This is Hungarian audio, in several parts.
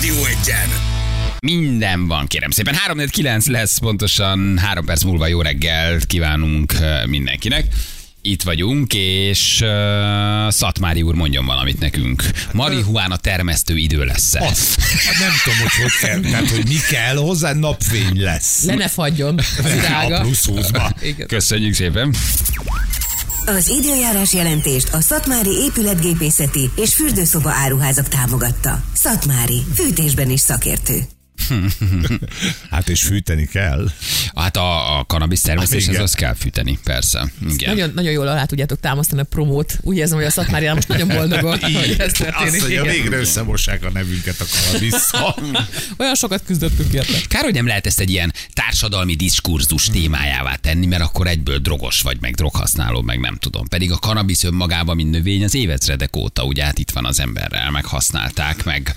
legyen! Minden van, kérem szépen. 349 lesz pontosan, három perc múlva jó reggel kívánunk ö, mindenkinek. Itt vagyunk, és uh, Szatmári úr mondjon valamit nekünk. Marihuána termesztő idő lesz Azt. Hát nem tudom, hogy hogy kell. Tehát, hogy mi kell hozzá, napfény lesz. Le ne fagyjon az A virága. plusz 20-ba. Igen. Köszönjük szépen. Az időjárás jelentést a Szatmári épületgépészeti és fürdőszoba áruházak támogatta. Szatmári, fűtésben is szakértő. Hát és fűteni kell. Hát a, a cannabis termesztéshez Hát hát igen. azt kell fűteni, persze. Igen. Nagyon, nagyon jól alá tudjátok támasztani a promót. Úgy érzem, hogy a Szatmárián most nagyon boldogok, hogy ez Azt történik. mondja, Igen. végre összemossák a nevünket a kalabisszal. Olyan sokat küzdöttünk érte. Kár, hogy nem lehet ezt egy ilyen társadalmi diskurzus témájává tenni, mert akkor egyből drogos vagy, meg droghasználó, meg nem tudom. Pedig a kanabisz önmagában, mint növény, az évezredek óta, ugye hát itt van az emberrel, meg használták, meg,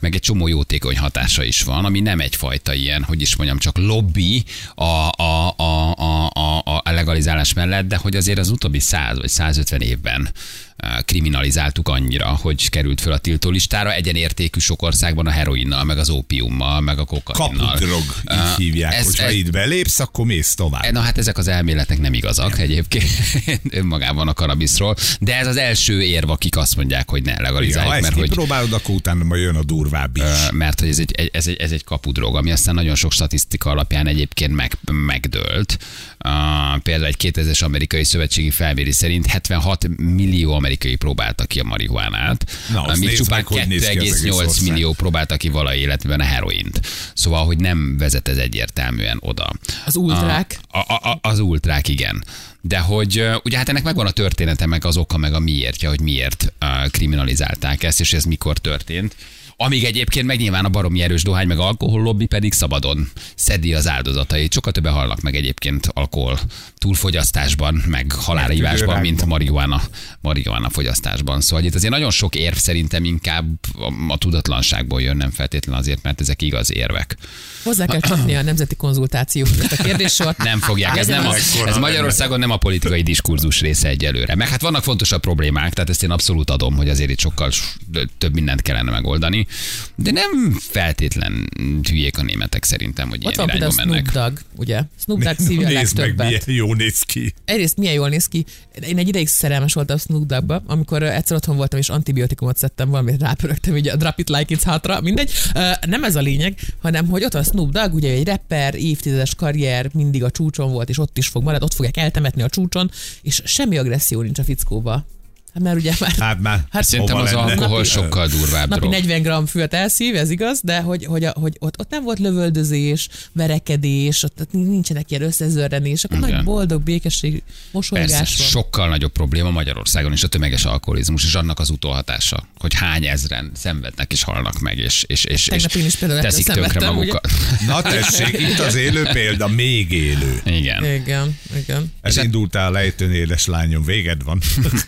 meg egy csomó jótékony hatása is van, ami nem egyfajta ilyen, hogy is mondjam, csak lobby a, a, a, a, a, a legalizálás mellett, de hogy azért az utóbbi 100 vagy 150 évben eh, kriminalizáltuk annyira, hogy került fel a tiltó listára, egyenértékű sok országban a heroinnal, meg az ópiummal, meg a koka Kapudrog, így hívják. Ez- Ez, Hogyha ez- itt belépsz, akkor mész tovább. Na hát ezek az elméletek nem igazak egyébként önmagában a kanabiszról, de ez az első érv, akik azt mondják, hogy ne Igen, ha legalizáljuk, ezt mert hogy kipróbálod, akkor utána majd jön a durvább is. Ö, mert hogy ez egy, egy- ez, egy, ez egy kapudrog, ami aztán nagyon sok statisztika alapján egyébként meg, megdőlt. Uh, például egy 2000-es amerikai szövetségi felmérés szerint 76 millió amerikai próbálta ki a marihuánát, Na, azt amíg nézd csupán meg, hogy néz ki az egész 2,8 ország. millió próbálta ki vala életben a heroint. Szóval, hogy nem vezet ez egyértelműen oda. Hát Az ultrák. A, a, a, az ultrák, igen. De hogy ö, ugye hát ennek megvan a története, meg az oka, meg a miértje, hogy miért ö, kriminalizálták ezt, és ez mikor történt. Amíg egyébként meg nyilván a baromi erős dohány, meg alkohol lobby pedig szabadon szedi az áldozatait. Sokkal többen halnak meg egyébként alkohol túlfogyasztásban, meg halálhívásban, tüdőrákban. mint marihuana, marihuana fogyasztásban. Szóval itt azért nagyon sok érv szerintem inkább a- a tudatlanságból jön, nem feltétlenül azért, mert ezek igaz érvek. Hozzá kell csapni a nemzeti konzultációhoz a kérdéssort. Nem fogják. Ez, nem a, ez Magyarországon nem a politikai diskurzus része egyelőre. Meg hát vannak fontosabb problémák, tehát ezt én abszolút adom, hogy azért itt sokkal s- több mindent kellene megoldani. De nem feltétlen hülyék a németek szerintem, hogy Ott ilyen van például irányba mennek. Snoop Dogg, ugye? Snoop Dogg Na, szívja a Nézd meg, legtöbbet. milyen jó néz ki. Egyrészt milyen jól néz ki. Én egy ideig szerelmes voltam Snoop Doggba, amikor ö, egyszer otthon voltam és antibiotikumot szedtem, valamit rápörögtem, ugye a Drop It Like It's Hotra, mindegy. Ö, Nem ez a lényeg, hanem hogy ott van Snoop Dogg, ugye egy rapper, évtizedes karrier, mindig a csúcson volt, és ott is fog maradni, ott fogják eltemetni a csúcson, és semmi agresszió nincs a fickóba. Hát mert ugye már Hát már Hát Szerintem hova az lenne? alkohol sokkal durvább napi dolog. 40 gram füvet elszív, ez igaz, de hogy, hogy, a- hogy ott, ott nem volt lövöldözés, verekedés, ott, ott nincsenek ilyen összezörrenés, akkor Igen. nagy boldog, békesség, mosolygás Persze, van. sokkal nagyobb probléma Magyarországon is a tömeges alkoholizmus, és annak az utóhatása, hogy hány ezren szenvednek és halnak meg, és, és, és, és Tegnap én is például ettől teszik tönkre szenvedtem, ugye? magukat. Na tessék, itt az élő példa, még élő. Igen. Igen, igen. hát- Elindultál a lejtőn, édes lányom, véged van.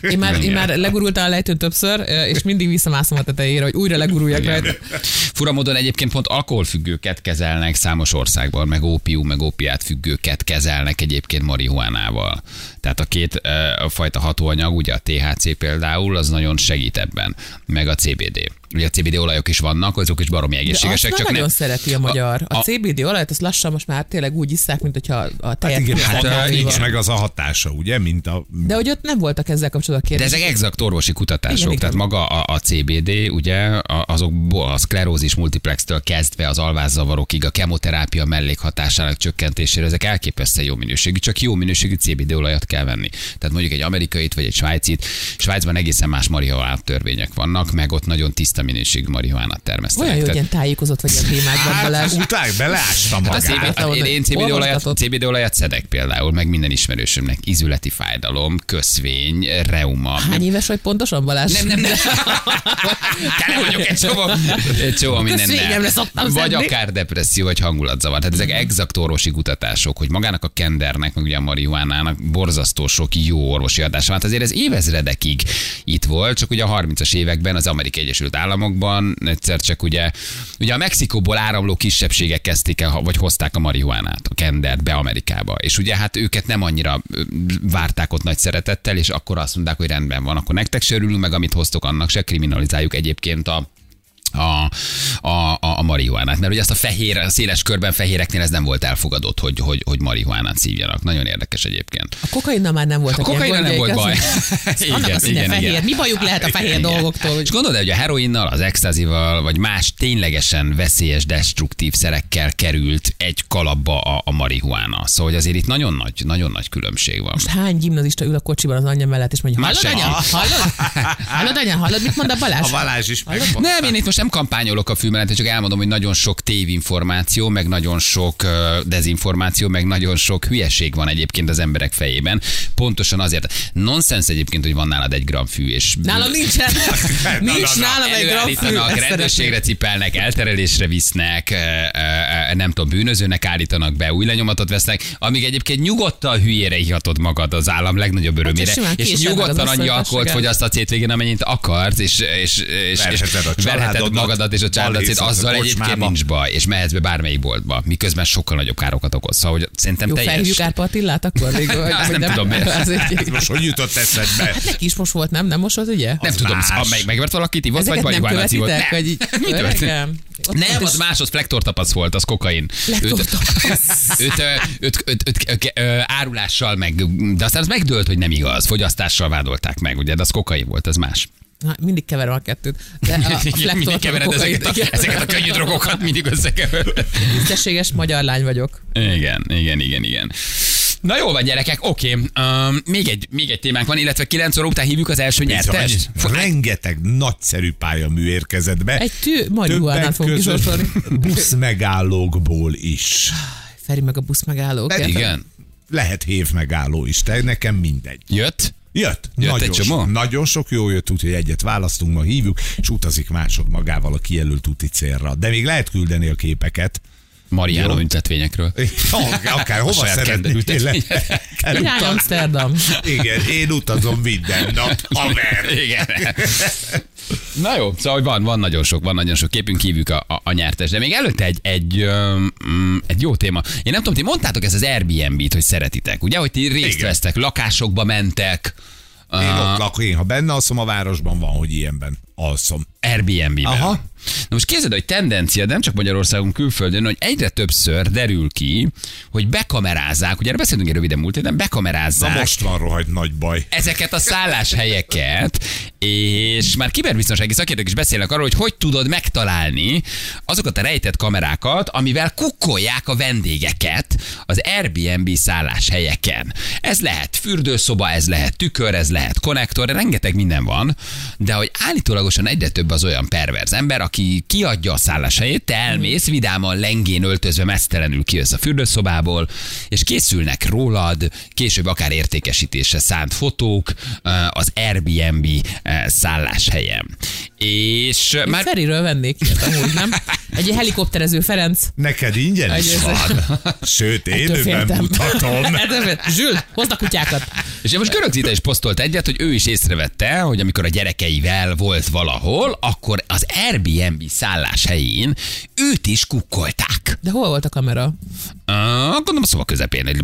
Én már, én Igen. már legurultam a lejtőn többször, ö, és mindig visszamászom a tetejére, hogy újra leguruljak Igen. rajta. Fura módon egyébként pont alkoholfüggőket kezelnek számos országban, meg ópium, meg ópiát függőket kezelnek egyébként marihuánával. Tehát a két uh, fajta hatóanyag, ugye a THC például, az nagyon segít ebben, meg a CBD. Ugye a CBD olajok is vannak, azok is baromi De azt egészségesek. már csak nagyon nem... szereti a magyar. A, a- CBD olajat, azt lassan most már tényleg úgy isszák, mint hogyha a Hát tejet. igen, húznák hát, magukkal. hát nincs meg az a hatása, ugye, mint a... De hogy ott nem voltak ezzel kapcsolatban De kérdések. ezek exakt orvosi kutatások, Igen, igen, igen. tehát maga a, a CBD, ugye, a- azokból a szklerózis multiplextől kezdve az alvászavarokig, a kemoterápia mellékhatásának csökkentésére, ezek elképesztően jó minőségű, csak jó minőségű CBD olajat kell venni. Tehát mondjuk egy amerikait vagy egy svájcit, Svájcban egészen más marihuana törvények vannak, meg ott nagyon tiszta minőségű marihuánát termesztenek. Olyan jó, hogy Tehát- ilyen tájékozott vagy a témákban, Balázs. Hát, utáj, beleásta Hát a magát. CBD, Átadod, Hát én, én CBD, olajat, olvasgatod. CBD olajat szedek például, meg minden ismerősömnek. Izületi fájdalom, köszvény, reuma. Hány éves vagy pontosan, Balázs? Nem, nem, nem. Tele vagyok egy csomó, egy csomó Köszvénnyemre mindennel. szoktam Vagy szedni. Mm. akár depresszió, vagy hangulatzavar. Tehát ezek exakt orvosi kutatások, hogy magának a kendernek, meg ugye a marihuánának borzasztó sok jó orvosi hatása van. Hát azért ez évezredekig itt volt, csak ugye a 30-as években az Amerikai Egyesült Államokban egyszer csak ugye, ugye a Mexikóból áramló kisebbségek kezdték el, ha- vagy hozták a marihuánát, a kendert be Amerikába. És ugye hát őket nem annyira ö, várták ott nagy szeretettel, és akkor azt mondták, hogy rendben van, akkor nektek se örülünk, meg amit hoztok, annak se kriminalizáljuk egyébként a a, a, a, a marihuánát. Mert ugye azt a fehér, a széles körben fehéreknél ez nem volt elfogadott, hogy, hogy, hogy marihuánát szívjanak. Nagyon érdekes egyébként. A kokainnal már nem volt A kokainra nem volt baj. Annak a színe fehér. Mi bajuk lehet a fehér dolgoktól? És gondolod, hogy a heroinnal, az extázival, vagy más ténylegesen veszélyes, destruktív szerekkel került egy kalapba a, a marihuána. Szóval hogy azért itt nagyon nagy, nagyon nagy különbség van. Most hány gimnazista ül a kocsiban az anyja mellett, és mondja, Már hallod, anya? senki. Hallod? Hallod, anya? Hallod, mit mond a Balázs? A Balázs is meg. Nem, én itt most nem kampányolok a fülmenet, csak elmondom, hogy nagyon sok tévinformáció, meg nagyon sok ö, dezinformáció, meg nagyon sok hülyeség van egyébként az emberek fejében. Pontosan azért. Nonsens egyébként, hogy van nálad egy gram fű, és Nálam nincsen. Nincs nálam egy gramfű. Előállítanak, ezt szeretném. rendőrségre cipelnek, elterelésre visznek, ö, ö, ö, nem tudom, bűnözőnek állítanak be, új lenyomatot vesznek, amíg egyébként nyugodtan hülyére hihatod magad az állam legnagyobb örömére, Hát, simán és késed meg az nyugodtan annyi asszony alkoholt vessége. fogyaszt a hétvégén, amennyit akarsz, és, és, és, és Verheted a verheted családodat, magadat és a családot, balhézhatsz azzal a egyébként kocsmába. nincs baj, és mehetsz be bármelyik boltba, miközben sokkal nagyobb károkat okoz. Szóval, hogy szerintem Jó, teljes. felhívjuk Árpa Attillát akkor? Még, vagy- Azt vagy nem tudom, miért. Az Hát egy- most hogy jutott eszedbe? Hát neki is most volt, nem? Nem most volt, ugye? Nem tudom, más. ha meg, megvert valakit, ivott, vagy Ezeket nem marihuánát ivott. követitek? Nem. Vagy így, Mi történt? Öregem. Ott- Nem, ott az is- más, az flektortapasz volt, az kokain. Flektortapasz. Őt, ö, őt, őt, őt, őt, ö, ö, árulással meg, de aztán az megdőlt, hogy nem igaz, fogyasztással vádolták meg, ugye, de az kokain volt, ez más. Na, mindig keverem a kettőt. De a, a Mindig flektor kevered ezeket a, ezeket a könnyű drogokat, mindig összekevered. Tisztességes magyar lány vagyok. Igen, igen, igen, igen. Na jó van, gyerekek, oké. Um, még, egy, még egy témánk van, illetve 9 óra után hívjuk az első nyertest. Bizony, rengeteg nagyszerű pályamű érkezett be. Egy tű marihuánát Többek fogunk között kisorsolni. Busz megállókból is. Feri meg a busz megálló. Pedig Hát Igen, Lehet hév megálló is, te nekem mindegy. jött. Jött, Jött nagyon, egy csomó? sok, nagyon sok jó jött, úgyhogy egyet választunk, ma hívjuk, és utazik másod magával a kijelölt úti célra. De még lehet küldeni a képeket. Mariano üntetvényekről. Akár A hova saját szeretnél. kedvelőt. le- Irány Amsterdam. Igen, én utazom minden nap, haver. Igen. Na jó, szóval hogy van, van nagyon sok, van nagyon sok képünk, hívjuk a, a, a nyertes. De még előtte egy, egy, öm, mm, egy jó téma. Én nem tudom, ti mondtátok ezt az Airbnb-t, hogy szeretitek, ugye? Hogy ti részt Igen. vesztek, lakásokba mentek. Én ott lakok, én ha benne alszom a városban, van, hogy ilyenben alszom. Airbnb-ben. Aha. Na most képzeld, hogy tendencia, de nem csak Magyarországon, külföldön, hogy egyre többször derül ki, hogy bekamerázzák, ugye erre beszéltünk egy röviden múlt héten, Na bekamerázzák most van rohadt nagy baj. ezeket a szálláshelyeket, és már kiberbiztonsági szakértők is beszélnek arról, hogy hogy tudod megtalálni azokat a rejtett kamerákat, amivel kukkolják a vendégeket az Airbnb szálláshelyeken. Ez lehet fürdőszoba, ez lehet tükör, ez lehet konnektor, rengeteg minden van, de hogy állítólagosan egyre több az olyan perverz ember, aki kiadja a szálláshelyét, te elmész vidáman, lengén öltözve, mesztelenül kijössz a fürdőszobából, és készülnek rólad, később akár értékesítésre szánt fotók ö, az Airbnb ö, szálláshelyem. És ö, Már... már Feriről vennék ilyet amúgy, nem? Egy helikopterező Ferenc. Neked ingyen is Egy- van. Sőt, Ettől élőben féltem. mutatom. Ettől féltem. Zsül, hozd a kutyákat. És én most Görög Zita is posztolt egyet, hogy ő is észrevette, hogy amikor a gyerekeivel volt valahol, akkor az Airbnb szálláshelyén őt is kukkolták. De hol volt a kamera? Uh, gondolom a szoba közepén. Egy,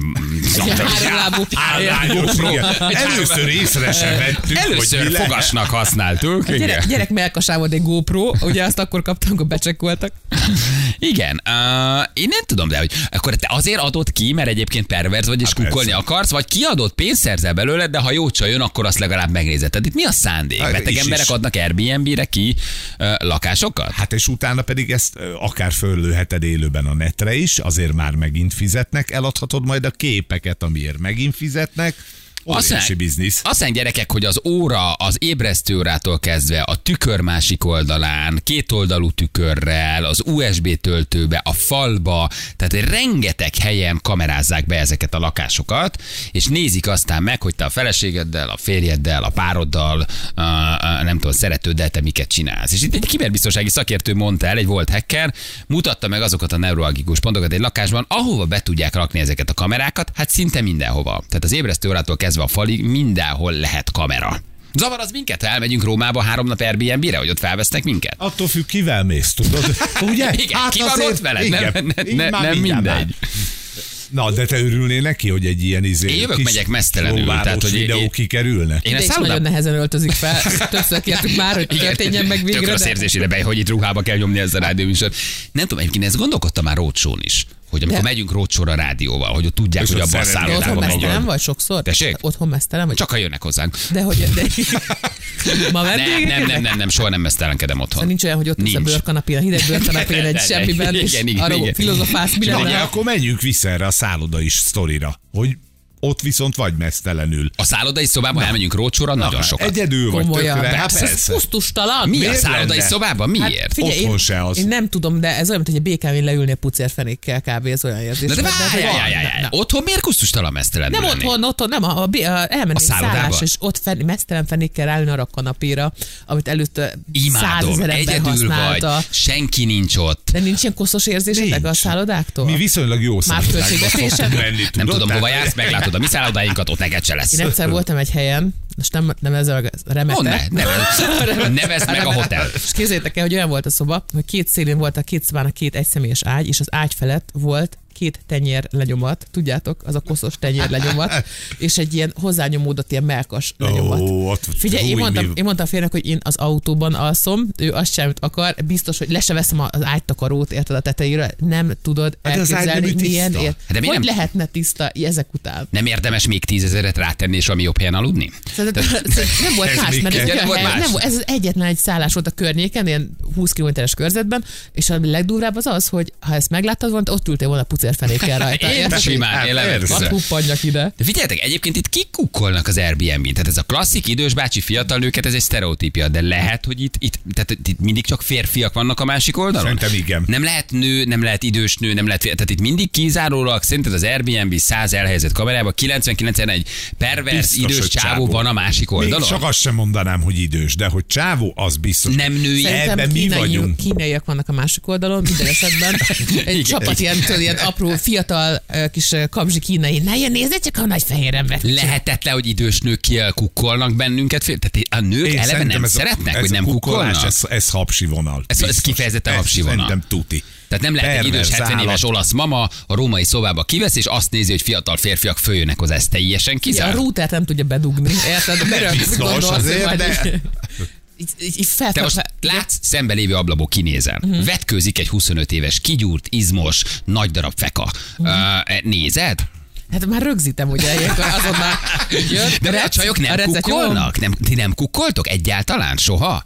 Egy háromlábú. Állányos, igen. Először észre sem vettük, hogy Először mi lehet. fogasnak használtuk. A gyerek, Igen. gyerek melkasá volt egy GoPro, ugye azt akkor kaptam, amikor becsekkoltak. Igen. Uh, én nem tudom, de hogy akkor te azért adod ki, mert egyébként perverz vagy, és Hát kukkolni persze. akarsz, vagy kiadott pénzt szerzel belőle, de ha jó csaj jön, akkor azt legalább megnézed. Tehát itt mi a szándék? Hát Beteg is, emberek is. adnak Airbnb-re ki uh, lakásokat? Hát és utána pedig ezt ö, akár föllőheted élőben a netre is, azért már megint fizetnek, eladhatod majd a képeket, amiért megint fizetnek. Óriási biznisz. Aztán gyerekek, hogy az óra az ébresztő órától kezdve a tükör másik oldalán, kétoldalú tükörrel, az USB töltőbe, a falba, tehát hogy rengeteg helyen kamerázzák be ezeket a lakásokat, és nézik aztán meg, hogy te a feleségeddel, a férjeddel, a pároddal, a, a, nem tudom, a szeretőddel te miket csinálsz. És itt egy kiberbiztonsági szakértő mondta el, egy volt hacker, mutatta meg azokat a neurologikus pontokat egy lakásban, ahova be tudják rakni ezeket a kamerákat, hát szinte mindenhova. Tehát az ébresztő órától kezdve a falig mindenhol lehet kamera. Zavar az minket, ha elmegyünk Rómába három nap Airbnb-re, hogy ott felvesznek minket? Attól függ, kivel mész, tudod? Ugye? Hát Igen, ki van ott veled? igen, Nem, ne, így ne, már nem mindjárt mindegy. már. Na, de te örülnél neki, hogy egy ilyen izé. Én jövök, megyek mesztelenül, tehát, Tehát, hogy hogy én- videó én- kikerülne. Én Ide a is nagyon szállodában... nehezen öltözik fel. Többször kértük már, hogy történjen meg Tök végre. rossz De... érzés ide be, hogy itt ruhába kell nyomni ez a rádióműsor. Nem tudom, egyébként ezt gondolkodtam már rócsón is, hogy amikor De. megyünk rócsóra a rádióval, hogy ott tudják, És hogy ott abban a szeretnél. De otthon szállodában mesztelen megyünk. vagy sokszor? Tessék? Otthon mesztelen vagy? Csak ha jönnek hozzánk. De hogy... De... Ma Nem, vendégek nem, nem, jönnek? nem, nem, soha nem mesztelenkedem otthon. Nincs olyan, hogy ott ülsz a Nincs. bőrkanapén, a hideg bőrkanapén, De, egy de, de. semmiben, és Igen, igen, arról igen. filozofálsz, mi Csak Na, lenne. de ha- akkor menjünk vissza erre a szálloda is sztorira, hogy ott viszont vagy mesztelenül. A szállodai szobában elmegyünk rócsóra, hát nagyon sokat. Egyedül vagy Komolyan. tökre. Hát Persze. Ez persze. pusztustalan. Mi a Miért szállodai lenne? szobában? Hát Miért? Otthon én, se az. Én nem tudom, de ez olyan, mint hogy a BKV-n leülni a pucérfenékkel kb. Ez olyan érzés. Na de volt, várj, van, jaj, jaj, na, jaj. na. Otthon miért kusztustalan mesztelenül Nem lenni? otthon, otthon, nem, a, a, a elmenni A egy szállodába? szállás, és ott fenn, mesztelen fenékkel állni arra a kanapéra, amit előtte Imádom, százezer ember egyedül vagy, használta. senki nincs ott. De nincs ilyen koszos érzésetek a Nincs. szállodáktól? Mi viszonylag jó szállodákba költségvetésen? szoktunk menni, tudod? Nem tudom, hova Tehát- jársz, meglátod a mi szállodáinkat, ott neked se lesz. Én egyszer voltam egy helyen, most nem, nem ez a remete. Oh, ne, nevezd, nevezd meg Hát a hotel. És képzeljétek el, hogy olyan volt a szoba, hogy két szélén volt a két szobának két egyszemélyes ágy, és az ágy felett volt két tenyér lenyomat, tudjátok, az a koszos tenyér lenyomat, és egy ilyen hozzányomódott ilyen melkas lenyomat. Ó, ott- Figyelj, én fúj, mondtam, mi- én mondtam a férnek, hogy én az autóban alszom, ő azt sem akar, biztos, hogy le se veszem az ágytakarót, érted a tetejére, nem tudod Hát az ágy elképzelni, nem milyen tiszta. ér... Hát de hogy miért nem- lehetne tiszta ezek után. Nem érdemes még tízezeret rátenni, és valami jobb helyen aludni? Szerintem szerintem nem volt Ez más, még mert ez, kell. Nem olyan volt hely- más. nem volt- ez az egyetlen egy szállás volt a környéken, ilyen 20 kilométeres körzetben, és a legdurvább az az, hogy ha ezt megláttad volna, te ott ültél volna pucérfenékkel rajta. Én érted? simán, én Hát, Hadd levetközöm. huppanjak ide. De figyeljetek, egyébként itt kikukkolnak az Airbnb-n. Tehát ez a klasszik idős bácsi fiatal nőket, ez egy sztereotípia, de lehet, hogy itt, itt, tehát itt mindig csak férfiak vannak a másik oldalon? Szerintem igen. Nem lehet nő, nem lehet idős nő, nem lehet férfi. Tehát itt mindig kizárólag szerinted az Airbnb 100 elhelyezett kamerában 99 egy pervers Biztos, idős hogy csávó csávó. van a másik Még oldalon? csak azt sem mondanám, hogy idős, de hogy csávó, az biztos. Nem női. Szerintem Szerintem Ebben mi kínai- vagyunk. kínaiak vannak a másik oldalon, minden esetben. Egy csapat ilyen, tudod, ilyen apró, fiatal ö, kis ö, kabzsi kínai. Na ilyen nézd, csak a nagy fehér embert. Lehetetlen, hogy idős nők kukkolnak bennünket. fél- Tehát a nők Én eleve szerintem nem ez a- szeretnek, ez hogy a nem kukkolás, kukkolnak. Ez, ez hapsi vonal. Ez- ez Biztos. kifejezetten Ez hapsi vonal. Szerintem tuti. Tehát nem lehet egy Pervers idős 70 állat. éves olasz mama a római szobába kivesz, és azt nézi, hogy fiatal férfiak följönnek hozzá, ez teljesen A kizárt. rútert nem tudja bedugni. Érted? Miről biztos, gondolsz, hogy azért, majd de- így- így- így- így fel- Te most fel- látsz, szembe lévő ablakból kinézel. Uh-huh. Vetkőzik egy 25 éves, kigyúrt, izmos, nagy darab feka. Uh-huh. Uh, nézed? Hát már rögzítem, ugye, ilyenkor azonnal jött. De a rec- csajok nem recetyom. kukkolnak? Nem, ti nem kukkoltok egyáltalán? Soha?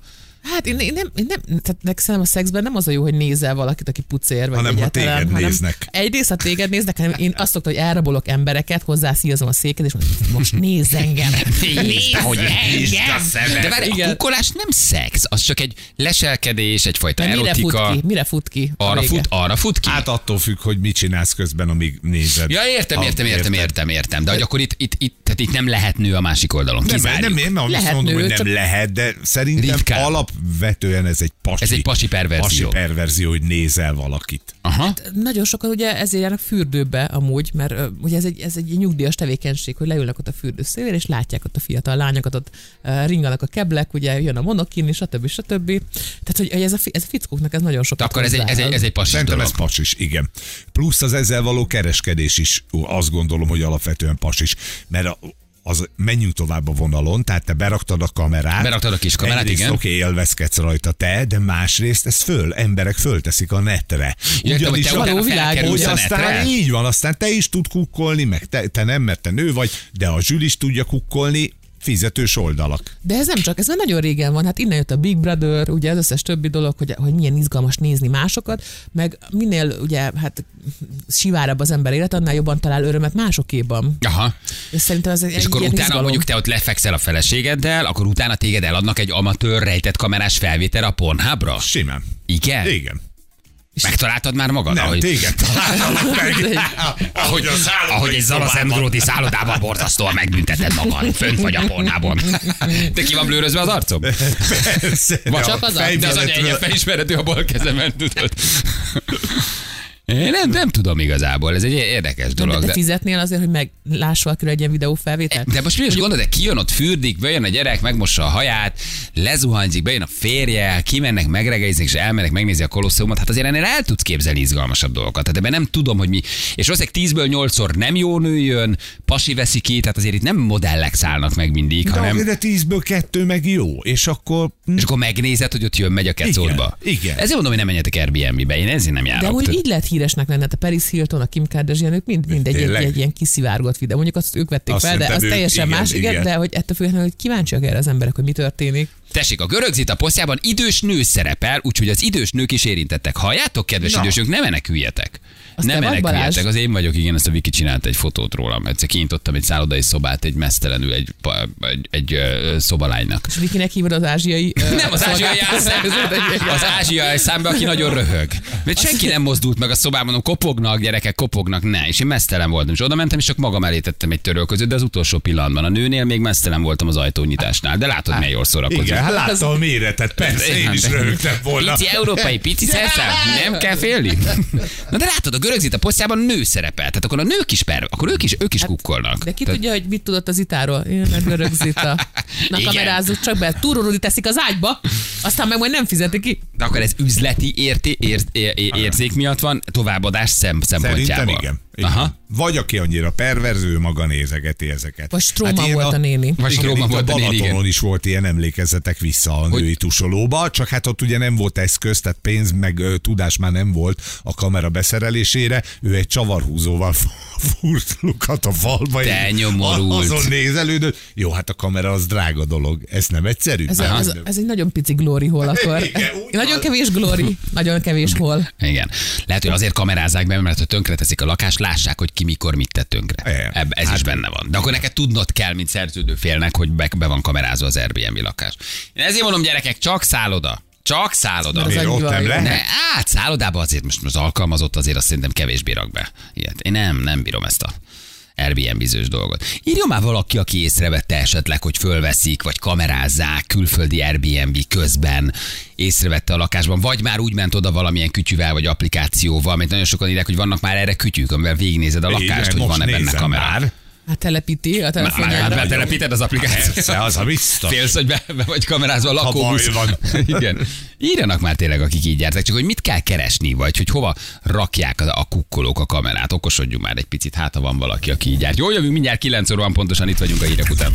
Hát én, én nem, én nem tehát nek- szerintem a szexben nem az a jó, hogy nézel valakit, aki pucér, vagy Hanem, ha egyáltalán, téged néznek. Egyrészt, ha téged néznek, hanem én azt szoktam, hogy elrabolok embereket, hozzászíjazom a széket, és mondom, most nézz engem. Nézd, hogy Nézd a szemed. De várj, a Igen. kukkolás nem szex, az csak egy leselkedés, egyfajta De mire fut erotika. ki? Mire fut ki? a Arra vége? fut, arra fut ki. Hát attól függ, hogy mit csinálsz közben, amíg nézed. Ja, értem, Ha, értem, érted? értem, értem, értem. De hogy akkor itt, itt, itt, tehát itt nem lehet nő a másik oldalon. Nem, Kizárjuk. nem, én nem Lehet azt mondom, nő, hogy nem csak- lehet, de szerintem Ritkán. alapvetően ez egy pasi. Ez egy pasi perverzió. Pasi perverzió, hogy nézel valakit. Aha. Nagyon sokan ugye ezért járnak fürdőbe amúgy, mert ö, ugye ez egy, ez egy nyugdíjas tevékenység, hogy leülnek ott a fürdő szélére, és látják ott a fiatal lányokat, ott ö, ringanak a keblek, ugye jön a monokin, stb. stb. Tehát, hogy hogy ez a, fi- ez a fickóknak ez nagyon De sokat akkor ez egy, ez egy, ez egy pasis Szerintem dolog. ez pasis, igen. Plusz az ezzel való kereskedés is, ó, azt gondolom, hogy alapvetően pasis. Mert a, az, menjünk tovább a vonalon, tehát te beraktad a kamerát. Beraktad a kis kamerát, Egyrészt igen. Oké, élvezkedsz rajta te, de másrészt ezt föl, emberek fölteszik a netre. Ja, értem, hogy te a- való utána világ, felkerülsz hogy a netre. aztán így van, aztán te is tud kukkolni, meg te, te nem, mert te nő vagy, de a zsűl is tudja kukkolni, fizetős oldalak. De ez nem csak, ez már nagyon régen van, hát innen jött a Big Brother, ugye az összes többi dolog, hogy, hogy milyen izgalmas nézni másokat, meg minél ugye hát sivárabb az ember élet, annál jobban talál örömet másokéban. Aha. És szerintem ez egy És akkor ilyen utána izgalom. mondjuk te ott lefekszel a feleségeddel, akkor utána téged eladnak egy amatőr rejtett kamerás felvétel a Pornhubra? Simán. Igen? Igen. Megtaláltad már magad? Nem, ahogy, téged találtalak meg. ahogy, a szállodai ahogy egy Zalaszentgróti szállodában borzasztóan megbünteted magad. Fönt vagy a pornában. Te ki van blőrözve az arcom? Persze. Vagy Csak az a- De az anya fejmeletről- egyen felismerhető a bal kezemen, tudod. Én nem, nem tudom igazából, ez egy érdekes dolog. De, de De, fizetnél azért, hogy meglássa akire egy ilyen videófelvételt? de most mi is gondolod, de kijön ott fürdik, bejön a gyerek, megmossa a haját, lezuhanzik, bejön a férje, kimennek, megregelizni, és elmennek megnézni a kolosszeumot. Hát azért ennél el tudsz képzelni izgalmasabb dolgokat. Tehát ebben nem tudom, hogy mi. És valószínűleg 10-ből 8-szor nem jó nő jön, pasi veszi ki, tehát azért itt nem modellek szállnak meg mindig, De, hanem... de tízből kettő meg jó, és akkor... És akkor megnézed, hogy ott jön, megy a kecódba. Igen, igen. Ezért mondom, hogy nem menjetek Airbnb-be, én ezért nem De járok. úgy Tehát- így lehet híresnek lenni, hát a Paris Hilton, a Kim Kardashian, ők mind, mind egy, egy, Tényleg? egy, ilyen kiszivárgott videó. Mondjuk azt ők vették Azt fel, de hittem az ők- teljesen igen, más, igen, igen. de hogy ettől függetlenül, hogy kíváncsiak erre az emberek, hogy mi történik. Tessék, a görög zita posztjában idős nő szerepel, úgyhogy az idős nők is érintettek. Halljátok, kedves Na. idősök, ne meneküljetek. Azt nem te vagy, meneküljetek, az Balázs? én vagyok, igen, ezt a Viki csinált egy fotót rólam. Egyszer kinyitottam egy szállodai szobát, egy mesztelenül egy, pa- egy, egy ö, szobalánynak. És Vikinek hívod az ázsiai... ö, Nem, az ázsiai szolgáltató- áll- az ázsiai számba, aki nagyon röhög. Mert senki nem mozdult meg a szobában, mondom, kopognak, gyerekek, kopognak, ne. És én mesztelen voltam. És oda mentem, és csak magam elé tettem egy törölközőt, de az utolsó pillanatban. A nőnél még mesztelen voltam az ajtónyitásnál. De látod, milyen jól szórakozik. Igen, hát látta a méretet, persze, én Hát- is röhögtem volna. Pici európai, pici szerszám, nem kell félni. Na de látod, a görög zita posztjában nő szerepel, tehát akkor a nők is per, akkor ők is, ők is kukkolnak. Hát, De ki Tehát- tudja, hogy mit tudott az itáról? Én a görög zita. Na Igen. kamerázzuk csak be, túrorudi teszik az ágyba, aztán meg majd nem fizeti ki. de akkor ez üzleti érté, ér, é, é, érzék miatt van, továbbadás szem, Szerintem szempontjából. igen. igen. Aha. Vagy aki annyira perverző, maga nézegeti ezeket. Vagy Stroman ilyen volt a néni. Vagy igen, Stroman itt volt a néni, igen. Balatonon is volt ilyen, emlékezzetek vissza a Hogy- női tusolóba, csak hát ott ugye nem volt eszköz, tehát pénz meg ö, tudás már nem volt a kamera beszerelésére, ő egy csavarhúzóval fúrt lukat a falba. Te és nyomorult. Azon nézelődött. Jó, hát a kamera az drága dolog. Ez nem egyszerű. Ez, nem, ez, nem. ez egy nagyon pici glory hol akkor. Igen, úgy nagyon van. kevés glory, nagyon kevés hol. Igen. Lehet, hogy azért kamerázzák be, mert ha tönkreteszik a lakást, lássák, hogy ki mikor mit tett tönkre. Igen. Ebb, ez is benne van. De akkor neked tudnod kell, mint szerződő félnek, hogy be, be van kamerázva az Airbnb lakás. Én ezért mondom, gyerekek, csak szálloda. Csak szálloda. Mert az Miért annyi ott van, nem igen. lehet? Ne, hát szállodában azért most az alkalmazott azért azt szerintem kevésbé rak be. Ilyet. Én nem, nem bírom ezt a Airbnb-zős dolgot. Írja már valaki, aki észrevette esetleg, hogy fölveszik, vagy kamerázzák külföldi Airbnb közben, észrevette a lakásban, vagy már úgy ment oda valamilyen kütyüvel, vagy applikációval, mert nagyon sokan írják, hogy vannak már erre kütyük, amivel végignézed a Igen, lakást, hogy most van-e benne nézem kamera. már. Hát telepíti a Már- Már már telefonjádra. betelepíted az applikációt. Persze, az a biztos. Félsz, hogy be, be vagy kamerázva a lakóbusz. baj van. Igen. Írjanak már tényleg, akik így jártak, csak hogy mit kell keresni, vagy hogy hova rakják a, a kukkolók a kamerát. Okosodjunk már egy picit, hát ha van valaki, aki így járt. Jól jövünk mindjárt 9 óra van pontosan, itt vagyunk a hírek után.